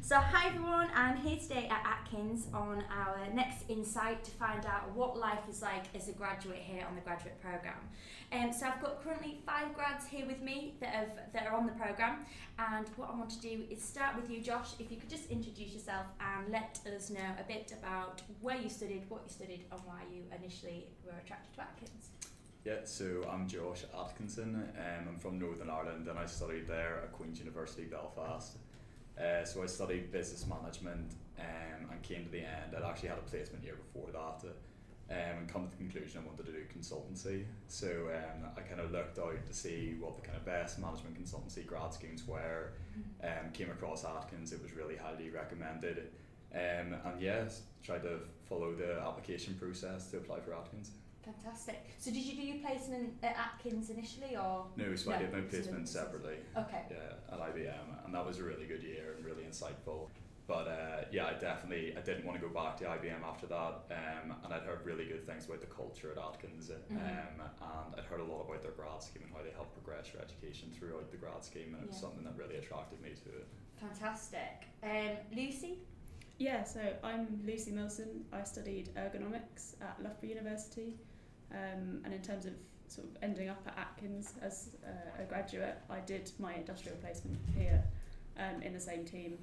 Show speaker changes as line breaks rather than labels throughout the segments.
So, hi everyone, I'm here today at Atkins on our next insight to find out what life is like as a graduate here on the graduate programme. Um, so, I've got currently five grads here with me that, have, that are on the programme, and what I want to do is start with you, Josh. If you could just introduce yourself and let us know a bit about where you studied, what you studied, and why you initially were attracted to Atkins.
Yeah, so I'm Josh Atkinson. Um, I'm from Northern Ireland and I studied there at Queen's University Belfast. Uh, so I studied business management um, and came to the end. I'd actually had a placement year before that uh, um, and come to the conclusion I wanted to do consultancy. So um, I kind of looked out to see what the kind of best management consultancy grad schemes were.
Mm-hmm.
Um, came across Atkins, it was really highly recommended. Um, and yes, tried to follow the application process to apply for Atkins.
Fantastic. So, did you do your placement at Atkins initially, or?
No, so I
No,
did my
so the
placement
business.
separately.
Okay.
Yeah, uh, at IBM, and that was a really good year and really insightful. But uh, yeah, I definitely I didn't want to go back to IBM after that, um, and I'd heard really good things about the culture at Atkins, um,
Mm-hmm.
and I'd heard a lot about their grad scheme and how they help progress your education throughout the grad scheme, and it was
Yeah.
something that really attracted me to it.
Fantastic. Um, Lucy?
Yeah, so I'm Lucy Milson. I studied ergonomics at Loughborough University. Um, and in terms of sort of ending up at Atkins as uh, a graduate, I did my industrial placement here um, in the same team.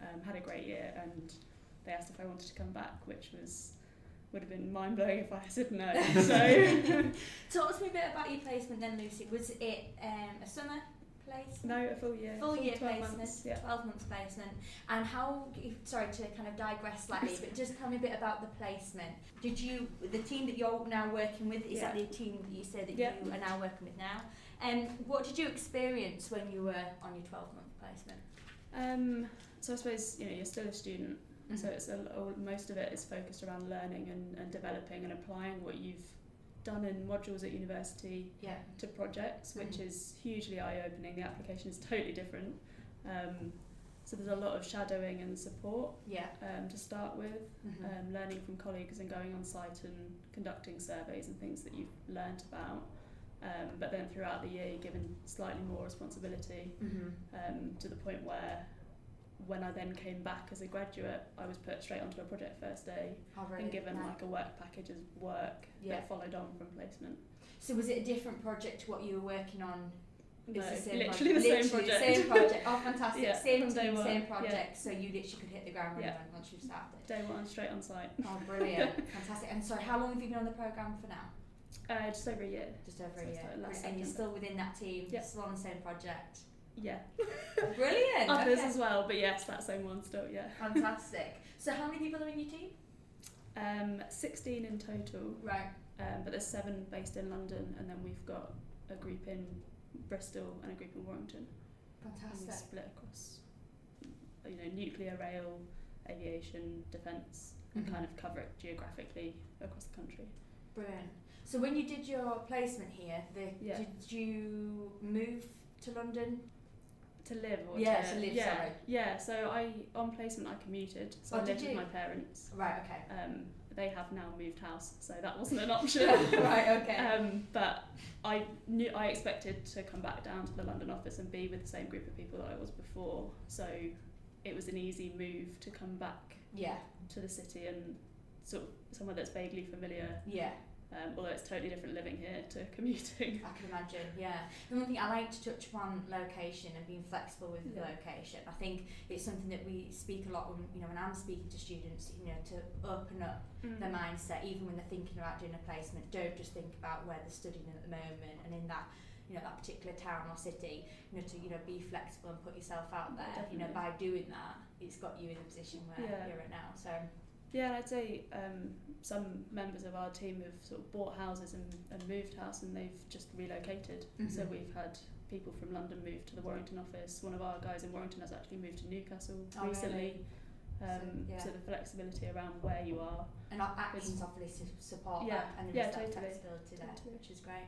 Um, had a great year, and they asked if I wanted to come back, which was would have been mind blowing if I said no. So
Talk to me a bit about your placement then, Lucy. Was it um, a summer placement?
no, a full year,
Full year
12
placement,
months, yeah.
12 months placement. And how, sorry to kind of digress slightly, but just tell me a bit about the placement. Did you, the team that you're now working with, is that the team that you say that
Yeah.
you are now working with now? And um, what did you experience when you were on your 12 month placement?
Um, so I suppose you know you're still a student, Mm-hmm. So
Mhm.
it's a, all- most of it is focused around learning and, and developing and applying what you've done in modules at university
yeah.
to projects, which
Mhm.
is hugely eye opening. The application is totally different. Um, so there's a lot of shadowing and support
Yeah.
um, to start with,
Mm-hmm.
um, learning from colleagues and going on site and conducting surveys and things that you've learnt about. Um, but then throughout the year, you're given slightly more responsibility
mm-hmm.
um, to the point where when I then came back as a graduate, I was put straight onto a project first day
How
and
brilliant.
given
Nice.
like a work package as work
Yeah.
that followed on from placement.
So was it a different project to what you were working on? It's
No,
the same
literally
project.
the
literally
same project.
The same project. Oh, fantastic.
Yeah,
same
from day
team,
one,
same
yeah.
project. So you literally could hit the ground running once you started.
day one, straight on site.
Oh, brilliant. fantastic. And so how long have you been on the programme for now?
Uh, just over a year.
Just over
So
a
I
year.
started
Brilliant.
last
And you're
September.
still within that team,
Yeah.
still on the same project. Oh,
Yeah.
Brilliant.
Others
okay.
as well, but yes, that same one still, yeah.
Fantastic. So how many people are in your team?
Um, 16 in total,
Right.
um, but there's seven based in London, and then we've got a group in Bristol and a group in Warrington. And we
Fantastic.
split across, you know, nuclear, rail, aviation, defence,
Mhm.
and Mm-hmm. kind of cover it geographically across the country.
Brilliant. So when you did your placement here, the,
Yeah.
did you move to London?
To live or
Yeah,
to,
to live,
yeah,
sorry.
yeah. So I on placement I commuted, so
Oh,
I
did
lived
you?
with my parents.
Right, okay.
Um, they have now moved house, so that wasn't an option.
right, okay.
Um, but I knew I expected to come back down to the London office and be with the same group of people that I was before. So it was an easy move to come back
yeah,
to the city and sort of somewhere that's vaguely familiar.
yeah.
Um, although it's totally different living here to commuting.
I can imagine, yeah. The one thing I like to touch upon location and being flexible with the
Yeah.
location. I think it's something that we speak a lot when you know when I'm speaking to students, you know, to open up
Mm.
their mindset, even when they're thinking about doing a placement, don't just think about where they're studying at the moment and in that you know that particular town or city. You know, to you know be flexible and put yourself out there. You know, by doing that, it's got you in the position where
Yeah.
you're at now. So
Yeah, and I'd say um, some members of our team have sort of bought houses and, and moved house and they've just relocated. So
Mhm.
we've had people from London move to the Warrington office. One of our guys in Warrington has actually moved to Newcastle
Oh,
recently.
So,
Um,
yeah.
so the flexibility around where you are
and our actions obviously su- support
Yeah,
that and there
yeah,
is that
totally,
flexibility there,
totally.
which is great.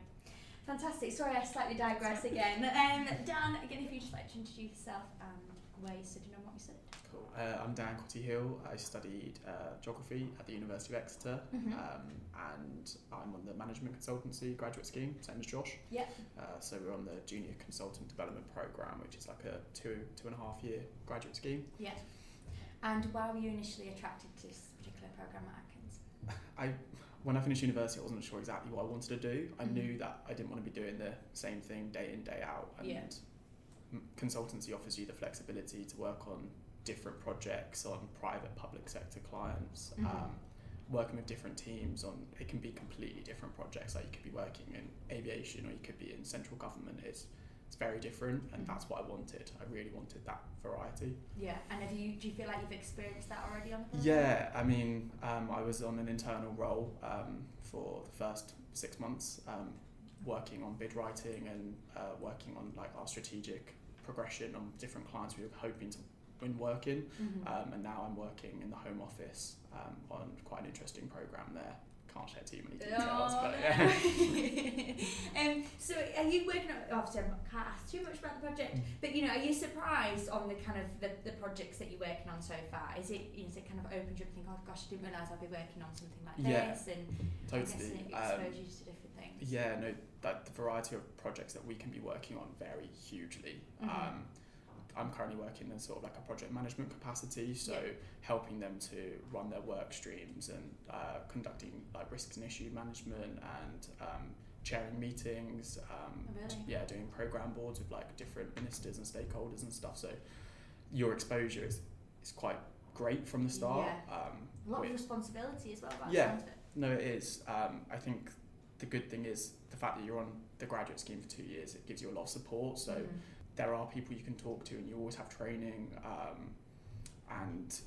Fantastic. Sorry, I slightly digress again. Um, Dan, again, if you'd just like to introduce yourself and where you studied and what you studied.
Cool. Uh, I'm Dan Cotty Hill. I studied uh, geography at the University of Exeter,
Mhm.
um, and I'm on the management consultancy graduate scheme, same as Josh.
Yep.
Uh, so we're on the junior consultant development program, which is like a two two and a half year graduate scheme.
Yeah. And why were you initially attracted to this particular program at Atkins?
I when I finished university, I wasn't sure exactly what I wanted to do. I
Mhm.
knew that I didn't want to be doing the same thing day in day out, and
Yeah.
m- consultancy offers you the flexibility to work on different projects on private public sector clients.
Mhm.
Um, working with different teams on it can be completely different projects like you could be working in aviation or you could be in central government it's it's very different and
Mhm.
that's what I wanted I really wanted that variety
Yeah. And have you? Do you feel like you've experienced that already on the program?
Yeah, I mean, um, I was on an internal role um, for the first six months, um, working on bid writing and uh, working on like our strategic progression on different clients we were hoping to win work in.
Mhm.
Um, and now I'm working in the Home Office um, on quite an interesting program there. Can't share too many details,
Oh,
but yeah.
no. um, so are you working on obviously I can't ask too much about the
Mm.
project but you know are you surprised on the kind of the, the projects that you're working on so far is it is it kind of opened you up and think oh gosh I didn't realise I'd be working on something like
Yeah,
this and I guess
totally.
it
Um,
exposed you to different things
Yeah, no, that the variety of projects that we can be working on vary hugely.
Mhm.
Um, I'm currently working in sort of like a project management capacity, so
Yeah.
helping them to run their work streams and uh, conducting like risks and issue management and um, chairing meetings. Um,
Oh, really?
Yeah, doing program boards with like different ministers and stakeholders and stuff. So your exposure is is quite great from the start. Um,
a lot
which-
of responsibility as well by the
Yeah.
sounds of it.
no, it is. Um, I think the good thing is the fact that you're on the graduate scheme for two years. It gives you a lot of support. So
Mhm.
there are people you can talk to, and you always have training. Um, and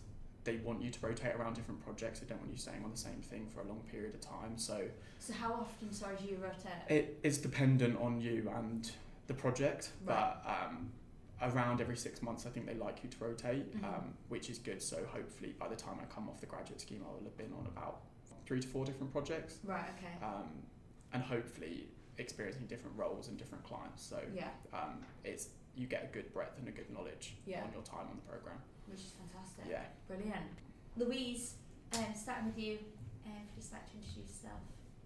they want you to rotate around different projects. They don't want you staying on the same thing for a long period of time. So
so how often sorry do you rotate
it is dependent on you and the project,
Right.
but um, around every six months, I think they like you to rotate,
Mhm.
um, which is good. So hopefully, by the time I come off the graduate scheme, I will have been on about three to four different projects
right okay
um, and hopefully experiencing different roles and different clients. So
yeah
um, it's you get a good breadth and a good knowledge
Yeah.
on your time on the program.
which is fantastic
Yeah.
brilliant Louise um, starting with you uh, if you'd just like to introduce yourself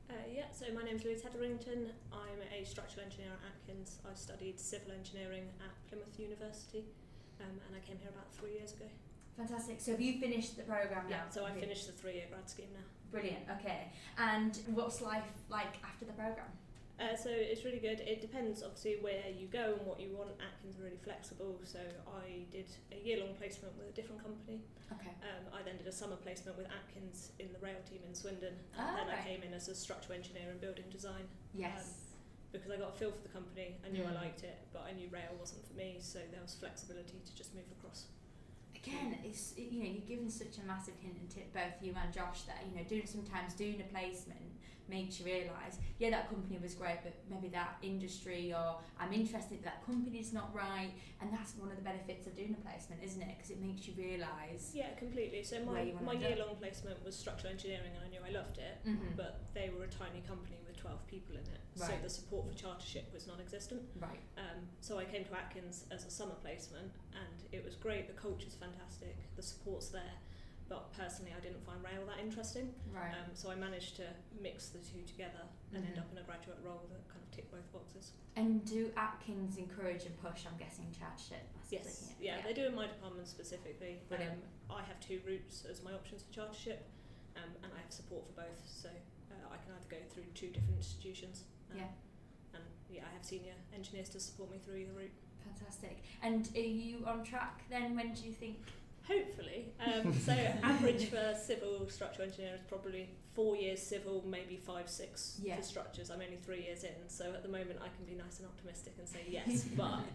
Uh, yeah, so my name's Louise Hetherington. I'm a structural engineer at Atkins. I studied civil engineering at Plymouth University um, and I came here about three years ago.
Fantastic. So have you finished the program now?
Yeah, so I
Bri-
finished the three year grad scheme now.
Brilliant. Okay. And what's life like after the program?
Uh, so it's really good. It depends obviously where you go and what you want. Atkins are really flexible, so I did a year long placement with a different company.
Okay.
Um, I then did a summer placement with Atkins in the rail team in Swindon, and
Ah,
then
right.
I came in as a structural engineer in building design.
Yes.
Um, because I got a feel for the company. I knew
Mm.
I liked it, but I knew rail wasn't for me, so there was flexibility to just move across.
Again, it's you know you're given such a massive hint and tip both you and Josh that you know doing sometimes doing a placement makes you realise yeah that company was great but maybe that industry or I'm interested that company's not right and that's one of the benefits of doing a placement isn't it because it makes you realise
Yeah, completely. So
Where
my,
you wanna
my
end up.
year long placement was structural engineering, and I knew I loved it,
Mhm.
but they were a tiny company with 12 people in it, so
Right.
the support for chartership was non existent.
right
Um, so I came to Atkins as a summer placement, and it was great. The culture's fantastic, the support's there. But personally, I didn't find rail that interesting,
right
um, so I managed to mix the two together and end
Mhm.
up in a graduate role that kind of ticked both boxes.
and do Atkins encourage and push I'm guessing charge shit massively,
Yes, yeah, they do in my department specifically. Um,
Brilliant.
I have two routes as my options for chartership, um, and I have support for both, so uh, I can either go through two different institutions. Um,
Yeah.
And yeah, I have senior engineers to support me through either route.
Fantastic. And are you on track then? When do you think?
Hopefully, um, so average for civil structural engineer is probably four years civil, maybe five, six
Yeah.
for structures. I'm only three years in, so at the moment I can be nice and optimistic and say yes, but um,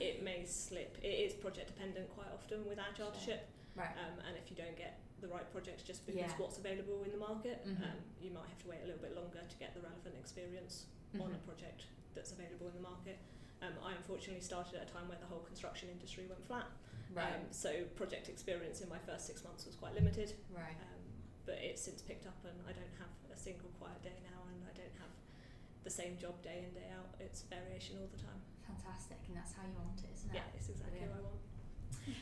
it may slip. It is project dependent quite often with our chartership.
Right.
um, and if you don't get the right projects just because
Yeah.
what's available in the market,
Mhm.
um, you might have to wait a little bit longer to get the relevant experience on
Mhm.
a project that's available in the market. Um, I unfortunately started at a time where the whole construction industry went flat,
Right.
um, so project experience in my first six months was quite limited.
right.
Um, but it's since picked up, and I don't have a single quiet day now, and I don't have the same job day in day out. It's variation all the time.
Fantastic. And that's how you want it, isn't
Yeah,
it?
it's exactly
Brilliant.
what I want.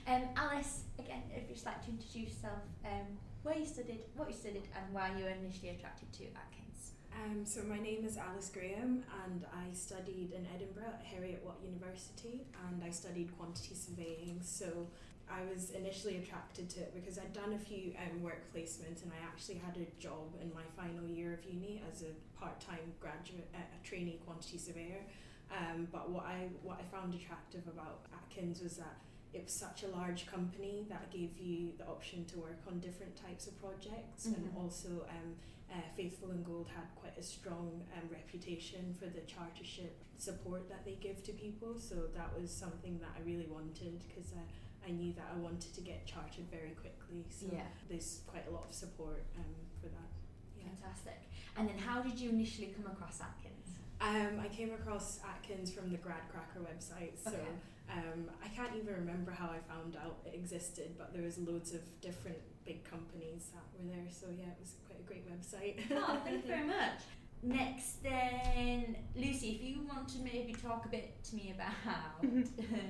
Um, Alice, again, if you'd just like to introduce yourself, um, where you studied, what you studied, and why you were initially attracted to Atkins.
Um, so my name is Alice Graham, and I studied in Edinburgh at Heriot Watt University, and I studied quantity surveying. So
I was initially attracted to it because I'd done a few um, work placements and I actually had a job in my final year of uni as a part-time graduate, uh, a trainee quantity surveyor. Um, but what I what I found attractive about Atkins was that it was such a large company that gave you the option to work on different types of projects and
Mhm.
also um, uh, Faithful and Gold had quite a strong um, reputation for the chartership support that they give to people so that was something that I really wanted because I, I knew that I wanted to get chartered very quickly so
yeah.
there's quite a lot of support um, for that. Yeah.
Fantastic. And then how did you initially come across Atkins?
Um, I came across Atkins from the Gradcracker website, so
Okay.
um, I can't even remember how I found out it existed, but there was loads of different big companies that were there, so yeah, it was quite a great website.
oh, thank you very much. Next, then Lucy, if you want to maybe talk a bit to me about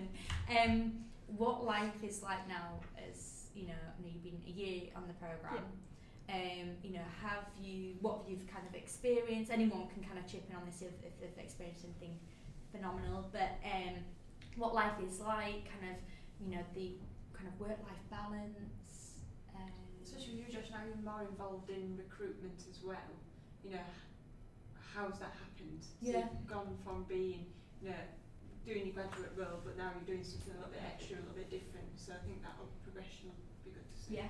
um, what life is like now, as you know, I know you've been a year on the program. Um, you know, have you what you've kind of experienced? Anyone can kind of chip in on this if, if they've experienced something phenomenal. But um, what life is like, kind of, you know, the kind of work-life balance. Um,
Especially with you, Josh, now you're more involved in recruitment as well. You know, how's that happened? So
Yeah.
you've gone from being, you know, doing your graduate role, but now you're doing something a little bit extra, a little bit different. So I think that whole progression would be good to see.
Yeah.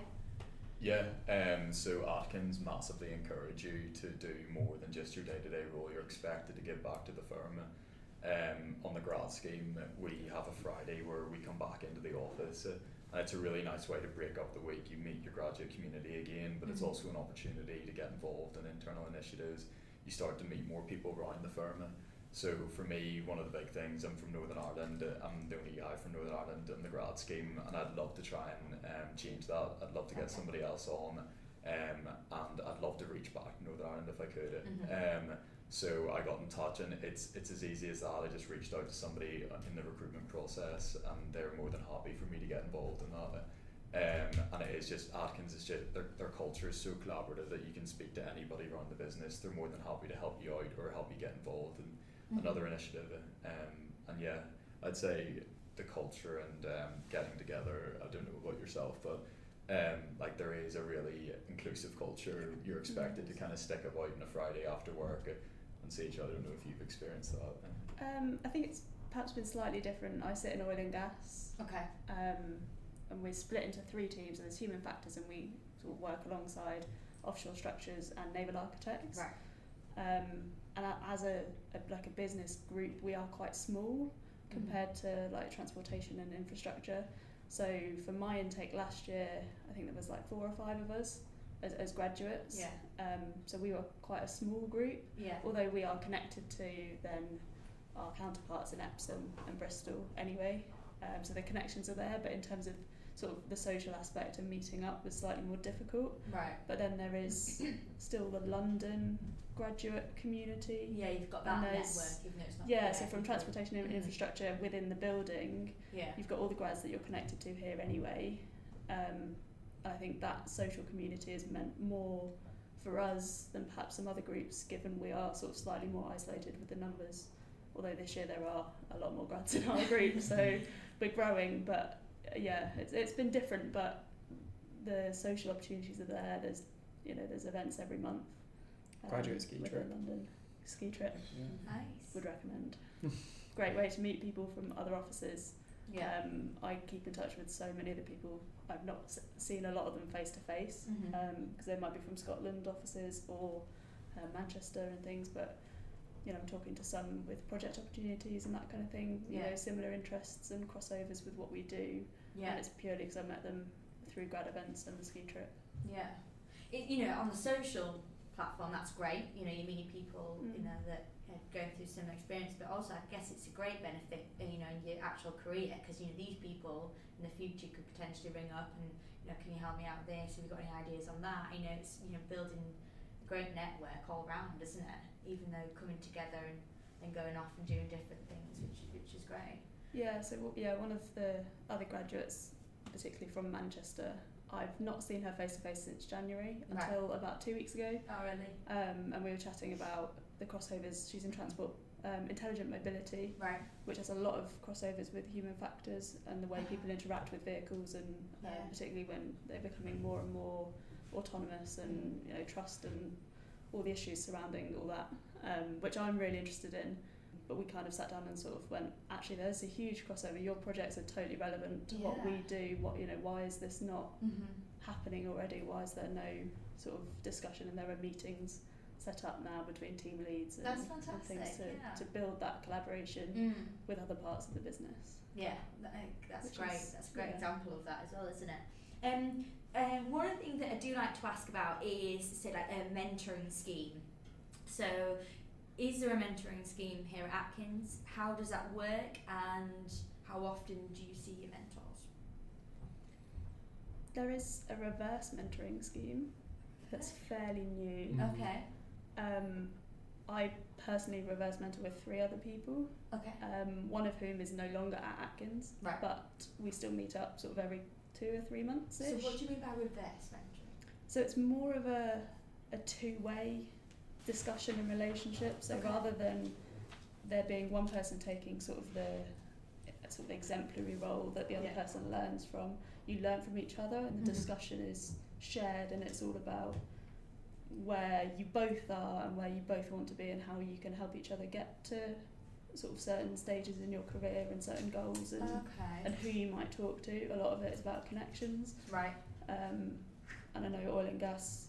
Yeah, um, so Atkins massively encourage you to do more than just your day to day role. You're expected to give back to the firm. Um, on the grad scheme, we have a Friday where we come back into the office. Uh, and it's a really nice way to break up the week. You meet your graduate community again, but it's
Mhm.
also an opportunity to get involved in internal initiatives. You start to meet more people around the firm. So for me, one of the big things, I'm from Northern Ireland, uh, I'm the only guy from Northern Ireland in the grad scheme, and I'd love to try and um, change that. I'd love to get
Okay.
somebody else on, um, and I'd love to reach back to Northern Ireland if I could. Um, so I got in touch, and it's it's as easy as that. I just reached out to somebody in the recruitment process, and they were more than happy for me to get involved in that. Um, and it is just Atkins is just their, their culture is so collaborative that you can speak to anybody around the business. They're more than happy to help you out or help you get involved in another initiative. Um, and yeah, I'd say the culture and um, getting together. I don't know about yourself, but um, like there is a really inclusive culture. You're expected to kind of stick about on a Friday after work and see each other. I don't know if you've experienced that.
Um, I think it's perhaps been slightly different. I sit in oil and gas,
Mm-hmm. Okay.
um, and we're split into three teams, and there's human factors, and we sort of work alongside offshore structures and naval architects.
Right.
Um, and a- as a, a like a business group, we are quite small
Mm-hmm.
compared to like transportation and infrastructure. So for my intake last year, I think there was like four or five of us as, as graduates.
Yeah.
Um, so we were quite a small group.
Yeah.
although we are connected to then our counterparts in Epsom and Bristol anyway, um, so the connections are there. But in terms of sort of the social aspect and meeting up was slightly more difficult.
Right.
But then there is still the London graduate community.
Yeah, you've got that
And
network,
there's-
even though it's not.
Yeah,
there.
so from transportation and
Mhm.
infrastructure within the building,
Yeah.
you've got all the grads that you're connected to here anyway. Um, I think that social community has meant more for us than perhaps some other groups, given we are sort of slightly more isolated with the numbers. Although this year there are a lot more grads in our group, so we're growing. But uh, yeah, it's, it's been different, but the social opportunities are there. There's you know there's events every month.
Graduate ski
within
trip.
London ski trip
Nice.
would recommend. Great way to meet people from other offices.
Yeah.
Um, I keep in touch with so many of the people. I've not s- seen a lot of them face to face
Mhm.
because they might be from Scotland offices or uh, Manchester and things. But you know, I'm talking to some with project opportunities and that kind of thing. You
Yeah.
know, similar interests and crossovers with what we do. And
yeah.
it's purely because I met them through grad events and the ski trip.
Yeah. It, you know, on the social platform, that's great. You know, you're meeting people, you
Mm.
know, that are going through similar experience, but also I guess it's a great benefit, uh, you know, in your actual career because, you know, these people in the future could potentially ring up and, you know, can you help me out with this? Have you got any ideas on that? You know, it's, you know, building a great network all round, isn't it? Even though coming together and, and going off and doing different things, which, which is great.
Yeah, so w- yeah, one of the other graduates, particularly from Manchester, I've not seen her face to face since January
Right.
until about two weeks ago,
Oh, really?
um, and we were chatting about the crossovers. She's in transport um, intelligent mobility,
Right.
which has a lot of crossovers with human factors and the way people interact with vehicles, and um,
Yeah.
particularly when they're becoming more and more autonomous and you know trust and all the issues surrounding all that, um, which I'm really interested in. But we kind of sat down and sort of went, actually, there's a huge crossover. Your projects are totally relevant to what we
Yeah.
do. What you know, why is this not
Mm-hmm.
happening already? Why is there no sort of discussion and there are meetings set up now between team leads and,
That's
and things
fantastic,
to,
yeah.
to build that collaboration
Mm.
with other parts of the business?
Yeah, that- I- that's
Which
great.
is-
that's a great
yeah.
example of that as well, isn't it? Um, um, one thing that I do like to ask about is, say, like a mentoring scheme. So, is there a mentoring scheme here at Atkins? How does that work, and how often do you see your mentors?
There is a reverse mentoring scheme that's fairly new.
Mm.
Okay.
Um, I personally reverse mentor with three other people,
Okay.
um, one of whom is no longer at Atkins,
Right.
but we still meet up sort of every two or three months.
So, what do you mean by reverse mentoring?
So it's more of a a two way discussion and relationship. So
Okay.
rather than there being one person taking sort of the uh, sort of exemplary role that the other
Yeah.
person learns from, you learn from each other, and the
Mhm.
discussion is shared, and it's all about where you both are and where you both want to be, and how you can help each other get to sort of certain stages in your career and certain goals and.
Okay.
And who you might talk to. A lot of it is about connections.
Right.
Um, and I know oil and gas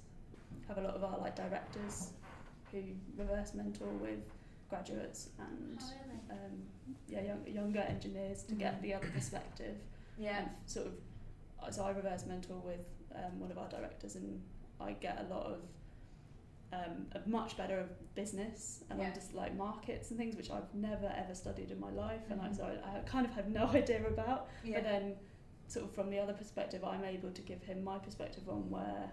have a lot of our like directors who reverse mentor with graduates and
Oh, really?
um, yeah young, younger engineers to get
Mhm.
the other perspective.
Yeah.
And sort of so I reverse mentor with um, one of our directors and I get a lot of um, a much better of business and
Yeah.
I'm just like markets and things which I've never ever studied in my life and I,
Mhm.
so I, I kind of have no idea about
Yeah.
but uh, then, sort of from the other perspective, I'm able to give him my perspective on where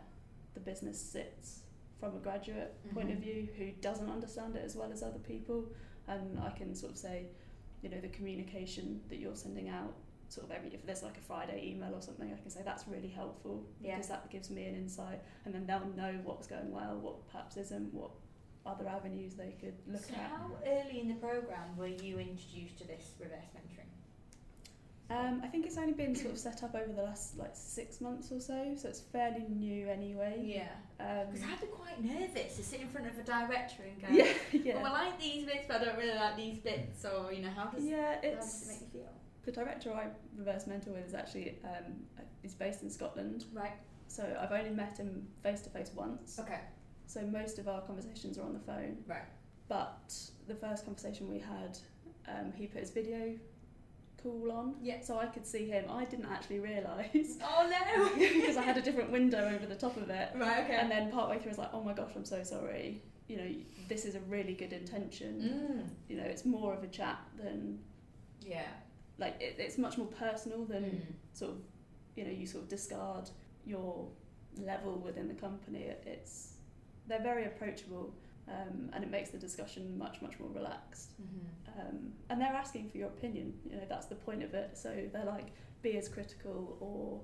the business sits from a graduate point of
Mhm.
view who doesn't understand it as well as other people. And I can sort of say, you know, the communication that you're sending out, sort of every, if there's like a Friday email or something, I can say that's really helpful
Yeah.
because that gives me an insight. And then they'll know what's going well, what perhaps isn't, what other avenues they could look
so,
at.
how early in the program were you introduced to this reverse mentoring?
Um, I think it's only been sort of set up over the last like six months or so, so it's fairly new anyway.
Yeah.
Um,
Because I'd be quite nervous to sit in front of a director and go,
yeah,
well, I
yeah,
like these bits, but I don't really like these bits, or, you know, how does,
yeah.
how does it
It's
make you feel?
the director I reverse mentor with is actually um, he's based in Scotland,
Right,
so I've only met him face to face once.
okay,
So most of our conversations are on the phone.
Right.
But the first conversation we had, um, he put his video call on,
yeah.
so I could see him. I didn't actually realise
Oh,
because I had a different window over the top of it.
no! right, okay.
And then partway through, I was like, oh my gosh, I'm so sorry. You know, this is a really good intention.
mm,
You know, it's more of a chat than,
yeah.
like, it, it's much more personal than
Mm.
sort of, you know, you sort of discard your level within the company. It, it's, they're very approachable um, and it makes the discussion much, much more relaxed.
Mm-hmm.
Um, and they're asking for your opinion, you know, that's the point of it. So they're like, be as critical or,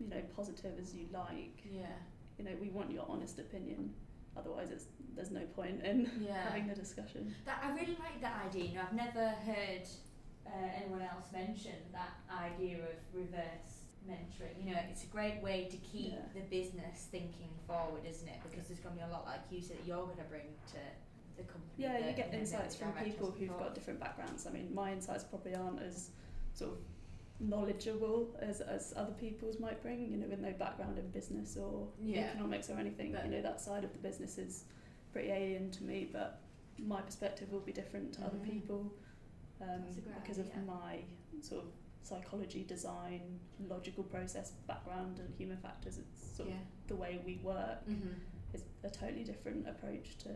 you know, positive as you like.
Mm-hmm. Yeah,
you know, we want your honest opinion. Otherwise, it's, there's no point in
yeah.
having the discussion.
That, I really like that idea. You know, I've never heard uh, anyone else mention that idea of reverse mentoring. You know, it's a great way to keep
Yeah.
the business thinking forward, isn't it? Because there's going to be a lot, like you said, that you're going to bring to the company.
Yeah,
that,
you get
know,
insights
the
from
directors
people who've
before.
got different backgrounds. I mean, my insights probably aren't as sort of knowledgeable as, as other people's might bring, you know, with no background in business or
Yeah.
economics or anything.
But-
you know, that side of the business is pretty alien to me, but my perspective will be different to other
Mhm.
people um,
That's a great
because
idea.
of my sort of psychology, design, logical process background, and human factors. It's sort of
Yeah.
the way we work
Mm-hmm.
is a totally different approach to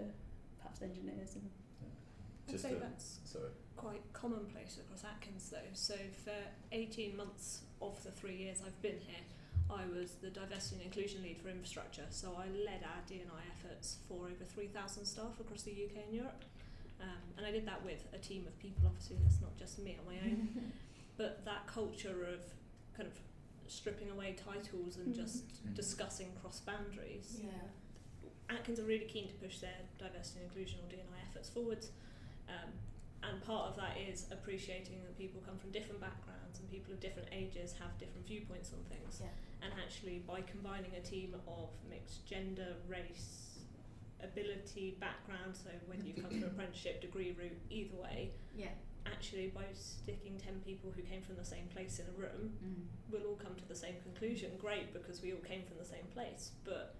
perhaps engineers and
I'd
Just
say
a-
that's
Sorry.
quite commonplace across Atkins though. So for 18 months of the three years I've been here, I was the diversity and inclusion lead for infrastructure. So I led our D&I efforts for over 3,000 staff across the UK and Europe. Um, and I did that with a team of people, obviously, that's not just me on my own. but that culture of kind of stripping away titles and
Mhm.
just
Mhm.
discussing cross boundaries
yeah.
Atkins are really keen to push their diversity and inclusion or D&I efforts forwards. Um, and part of that is appreciating that people come from different backgrounds and people of different ages have different viewpoints on things.
Yeah.
And actually, by combining a team of mixed gender, race, ability, background, so whether you come from apprenticeship, degree route, either way,
Yeah.
actually, by sticking 10 people who came from the same place in a room,
Mm.
we'll all come to the same conclusion. Great, because we all came from the same place, but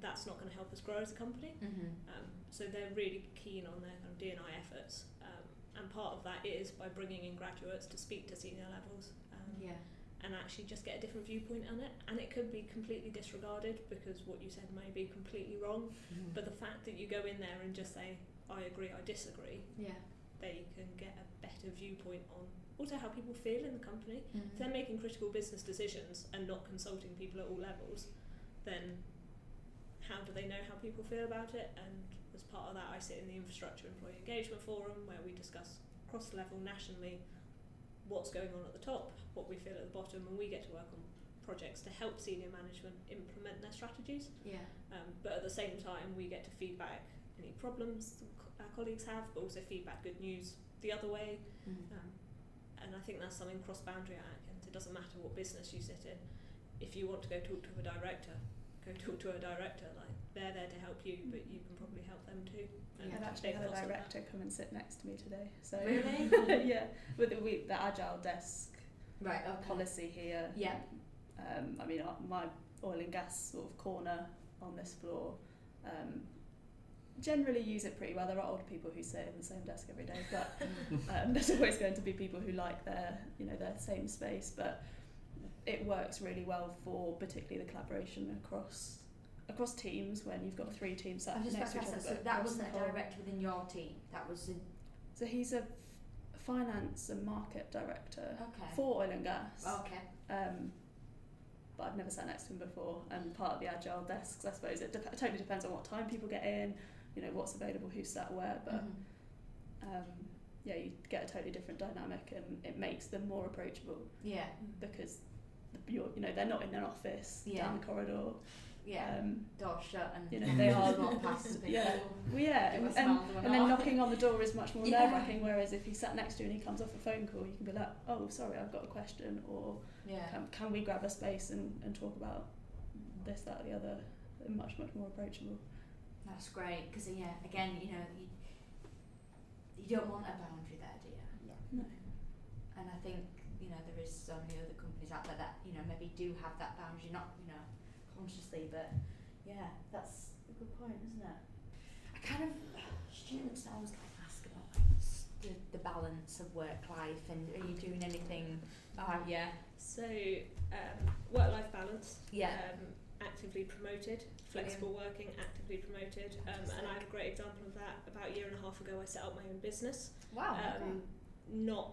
that's not going to help us grow as a company.
Mm-hmm.
Um, so they're really keen on their kind of D&I efforts, um, and part of that is by bringing in graduates to speak to senior levels. Um,
Yeah.
and actually just get a different viewpoint on it. And it could be completely disregarded because what you said may be completely wrong.
Mm-hmm.
But the fact that you go in there and just say, I agree, I disagree,
yeah.
they can get a better viewpoint on also how people feel in the company. If they're
Mm-hmm.
making critical business decisions and not consulting people at all levels, then how do they know how people feel about it? And as part of that, I sit in the Infrastructure Employee Engagement Forum where we discuss cross level nationally what's going on at the top, what we feel at the bottom, and we get to work on projects to help senior management implement their strategies.
Mm-hmm. Yeah.
Um, but at the same time, we get to feedback any problems our colleagues have, but also feedback good news the other way.
Mm.
Um, and I think that's something cross boundary at Atkins. It doesn't matter what business you sit in. If you want to go talk to a director, go talk to a director. Like they're there to help you, but you can probably help them too. And
I've actually
they've
had a
got some-
director come and sit next to me today. So
Really?
yeah, with the, we, the agile desk
Right. Okay.
policy here.
Yeah.
Um, I mean, uh, my oil and gas sort of corner on this floor. Um, generally use it pretty well. There are older people who sit in the same desk every day, but um, there's always going to be people who like their you know their same space but it works really well for particularly the collaboration across across teams when you've got three teams
I
sat
was just about
next
to
to each
ask that. So
other but
that
across
wasn't
the
a
whole-
direct within your team. That was a,
so he's a f- finance and market director
okay. Oh.
for oil and gas
Okay.
um, but I've never sat next to him before. And part of the agile desks, I suppose, it dep- totally depends on what time people get in, you know, what's available, who's sat where. But
Mhm.
um, yeah, you get a totally different dynamic, and it makes them more approachable.
Yeah.
because the- you're, you know they're not in an office
Mm-hmm. Yeah.
down the corridor.
Yeah.
Um,
Door shut and
you know, they are-
walk past and people.
yeah. well, yeah,
Do a Oh,
and, and,
smile, do a
and then
nod.
knocking on the door is much more
Yeah.
nerve wracking. Whereas if you sat next to you and he comes off a phone call, you can be like, oh sorry, I've got a question, or
Yeah.
um, can we grab a space and, and talk about this, that, or the other. They're much much more approachable.
That's great because yeah, again, you know, you, you don't want a boundary there, do you?
No.
And I think you know there is so many other companies out there that you know maybe do have that boundary, not you know consciously, but yeah, that's a good point, isn't it? I kind of students always like ask about like, s- the, the balance of work life and are you doing anything? Oh yeah,
So, um, work life balance,
yeah,
um, actively promoted, flexible working, actively promoted. Um, and I had a great example of that about a year and a half ago. I set up my own business.
wow,
um, not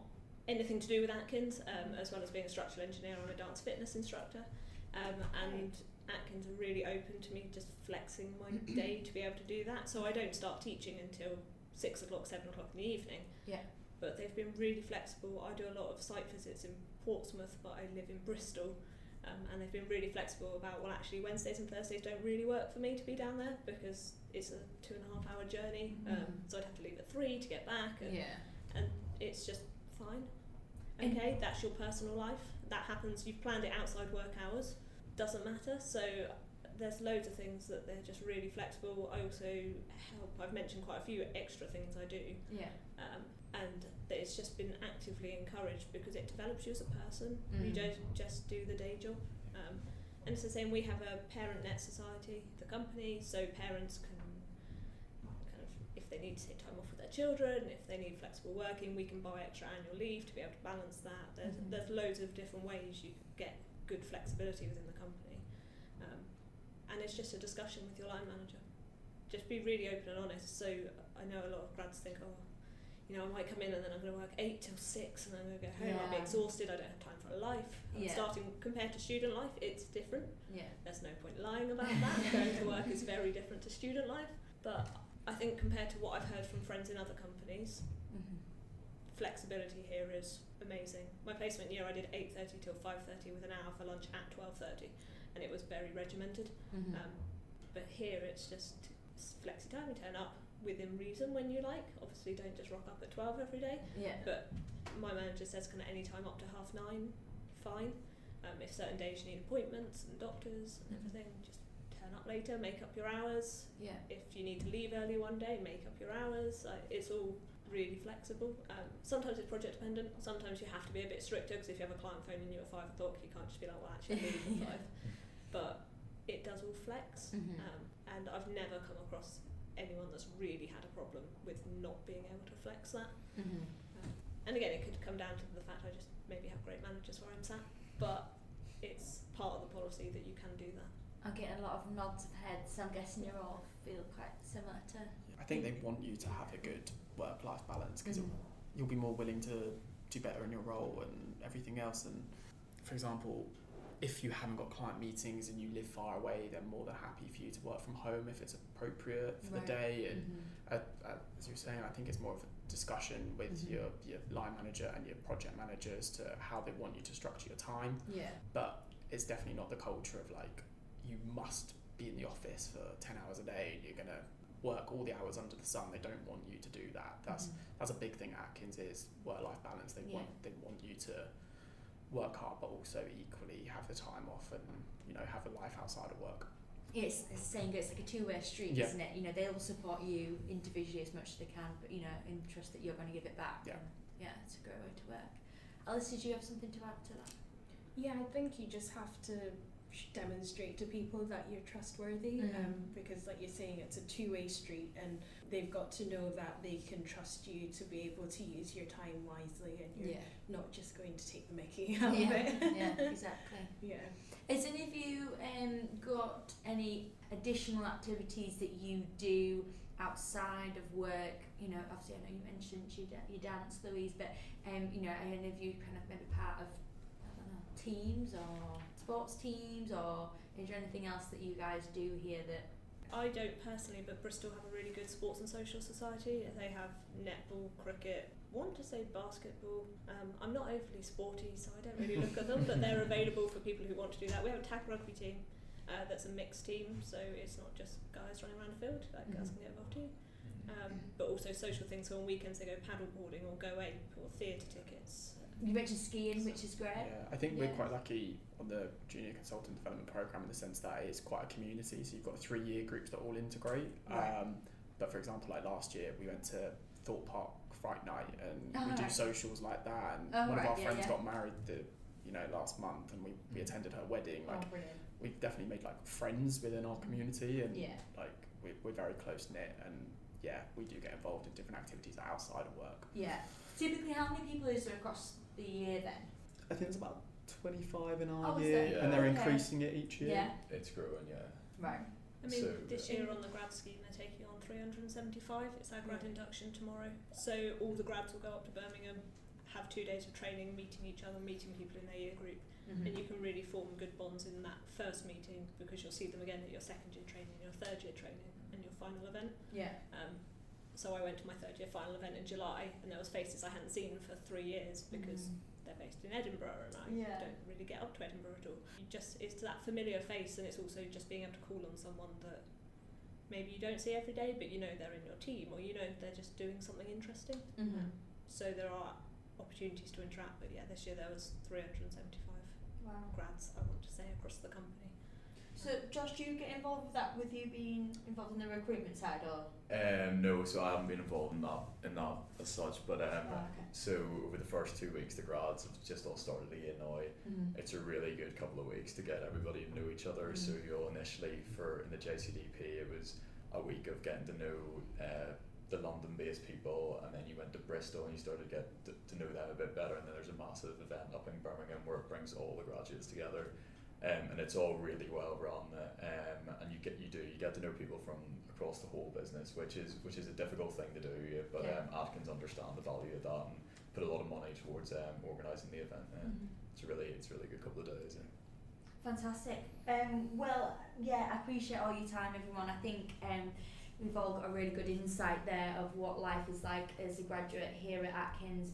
anything to do with Atkins, um, as well as being a structural engineer and a dance fitness instructor. Um, and Atkins are really open to me just flexing my day to be able to do that. So I don't start teaching until six o'clock, seven o'clock in the evening.
Yeah.
But they've been really flexible. I do a lot of site visits in Portsmouth, but I live in Bristol. Um, and they've been really flexible about, well, actually, Wednesdays and Thursdays don't really work for me to be down there because it's a two and a half hour journey.
Mm-hmm.
Um,
Mhm.
So I'd have to leave at three to get back. And
yeah,
and it's just fine.
And-
Okay, that's your personal life. That happens. You've planned it outside work hours. Doesn't matter. So there's loads of things that they're just really flexible. I also help. I've mentioned quite a few extra things I do,
yeah,
um, and that it's just been actively encouraged because it develops you as a person. You
Mm.
don't just do the day job. Um, and it's the same. We have a parent net society, the company, so parents can kind of if they need to take time off with their children, if they need flexible working, we can buy extra annual leave to be able to balance that. There's,
Mhm.
there's loads of different ways you can get good flexibility within the company. Um, and it's just a discussion with your line manager. Just be really open and honest. So I know a lot of grads think, oh, you know, I might come in and then I'm going to work eight till six and then I'm going to go home. I'll be
Yeah.
exhausted. I don't have time for a life. And
Yeah.
Starting compared to student life, it's different.
yeah,
There's no point lying about that. Going to work is very different to student life. But I think compared to what I've heard from friends in other companies,
Um,
mm-hmm.
flexibility here is amazing. My placement year I did 8.30 till 5.30 with an hour for lunch at 12.30 and it was very regimented.
Mm-hmm.
Um,
But here it's just it's flexi time. You turn up within reason when you like. Obviously, don't just rock up at twelve every day.
Yeah.
My manager says kind of any time up to half nine, fine. Um, if certain days you need appointments and doctors and
Mhm.
everything, just turn up later, make up your hours.
Yeah.
If you need to leave early one day, make up your hours. Like, it's all really flexible. Um, sometimes it's project dependent. Sometimes you have to be a bit stricter because if you have a client phoning you at five o'clock, you can't just be like, well, actually, I'm leaving at
Yeah.
five. But it does all flex.
Mhm.
Um, and I've never come across anyone that's really had a problem with not being able to flex that.
Mhm.
And again, it could come down to the fact I just maybe have great managers where I'm sat, but it's part of the policy that you can do that.
I'm getting a lot of nods of heads, so I'm guessing you all feel quite similar to.
I think they want you to have a good work life balance because
Mhm.
you'll be more willing to do better in your role and everything else. And for example, if you haven't got client meetings and you live far away, they're more than happy for you to work from home if it's appropriate for
Right.
the day. And
Mhm.
uh, uh, as you were saying, I think it's more of a discussion with
Mhm.
your, your line manager and your project managers to how they want you to structure your time.
Yeah.
But it's definitely not the culture of like you must be in the office for ten hours a day and you're gonna work all the hours under the sun. They don't want you to do that. That's
Mhm.
that's a big thing at Atkins is work life balance. They
Yeah.
want they want you to work hard but also equally have the time off and you know have a life outside of work.
it's, it's saying it's like a two-way street,
Yeah.
isn't it? You know, they'll support you individually as much as they can, but you know, and trust that you're going to give it back.
Yeah.
And, yeah, it's a great way to work. Alice, did you have something to add to that?
Yeah, I think you just have to sh- demonstrate to people that you're trustworthy
Mhm.
um,
Mm-hmm.
because, like you're saying, it's a two way street and they've got to know that they can trust you to be able to use your time wisely and you're not just going to take the mickey out of it.
yeah, yeah, exactly.
yeah.
Has any of you um, got any additional activities that you do outside of work? You know, obviously I know you mentioned you, da- you dance, Louise, but um, you know, are any of you kind of maybe part of I don't know teams or sports teams, or is there anything else that you guys do here that?
I don't personally, but Bristol have a really good sports and social society. They have netball, cricket, want to say basketball. Um, I'm not overly sporty, so I don't really look at them, but they're available for people who want to do that. We have a tag rugby team uh, that's a mixed team, so it's not just guys running around a field, like girls
Mhm.
can get involved too.
Mm-hmm.
um, but also social things. So on weekends they go paddleboarding or go ape or theatre tickets.
You mentioned skiing, which is great.
Yeah, I think
Yeah.
we're quite lucky on the junior consultant development program in the sense that it's quite a community. So you've got three year groups that all integrate.
Right.
Um, but for example, like last year, we went to Thorpe Park Fright Night, and
Oh,
we do
right.
socials like that. And
Oh,
one
right,
of our
yeah,
friends
yeah.
got married the, you know, last month, and we, we
Mm.
attended her wedding. Like
oh, brilliant.
we've definitely made like friends within our community, and
Yeah.
like we're, we're very close knit. And yeah, we do get involved in different activities outside of work.
Yeah. Typically, how many people is there across the year then?
I think it's about twenty five in
Oh,
our
is
year,
there?
and they're
Okay.
increasing it each year.
It's growing, yeah.
Right.
I mean,
So-
this year on the grad scheme they're taking on 375. It's our grad
Right.
induction tomorrow. So all the grads will go up to Birmingham, have two days of training, meeting each other, meeting people in their year group,
Mm-hmm.
and you can really form good bonds in that first meeting because you'll see them again at your second year training, your third year training, and your final event.
Yeah.
Um, so I went to my third year final event in July, and there was faces I hadn't seen for three years because they're based in Edinburgh and I
Mm-hmm. Yeah.
don't really get up to Edinburgh at all. You just it's that familiar face and it's also just being able to call on someone that maybe you don't see every day but you know they're in your team or you know they're just doing something interesting.
Mm-hmm.
So there are opportunities to interact but yeah this year there was 375
Wow.
grads I want to say across the company.
So, Josh, do you get involved with that with you being involved in the recruitment side or?
Um, no, so I haven't been involved in that in that as such, but um,
Oh, okay.
so over the first two weeks, the grads have just all started again now.
Mm-hmm.
It's a really good couple of weeks to get everybody to know each other. So
Mm.
you'll initially for in the JCDP, it was a week of getting to know uh, the London-based people, and then you went to Bristol and you started to get to, to know them a bit better. And then there's a massive event up in Birmingham where it brings all the graduates together. Um, and it's all really well run, um, and you get you do you get to know people from across the whole business, which is which is a difficult thing to do. But
Yeah.
um, Atkins understand the value of that and put a lot of money towards um, organising the event. Yeah.
Mm-hmm.
It's really it's really good couple of days.
Fantastic. Um, well, yeah, I appreciate all your time, everyone. I think um, we've all got a really good insight there of what life is like as a graduate here at Atkins.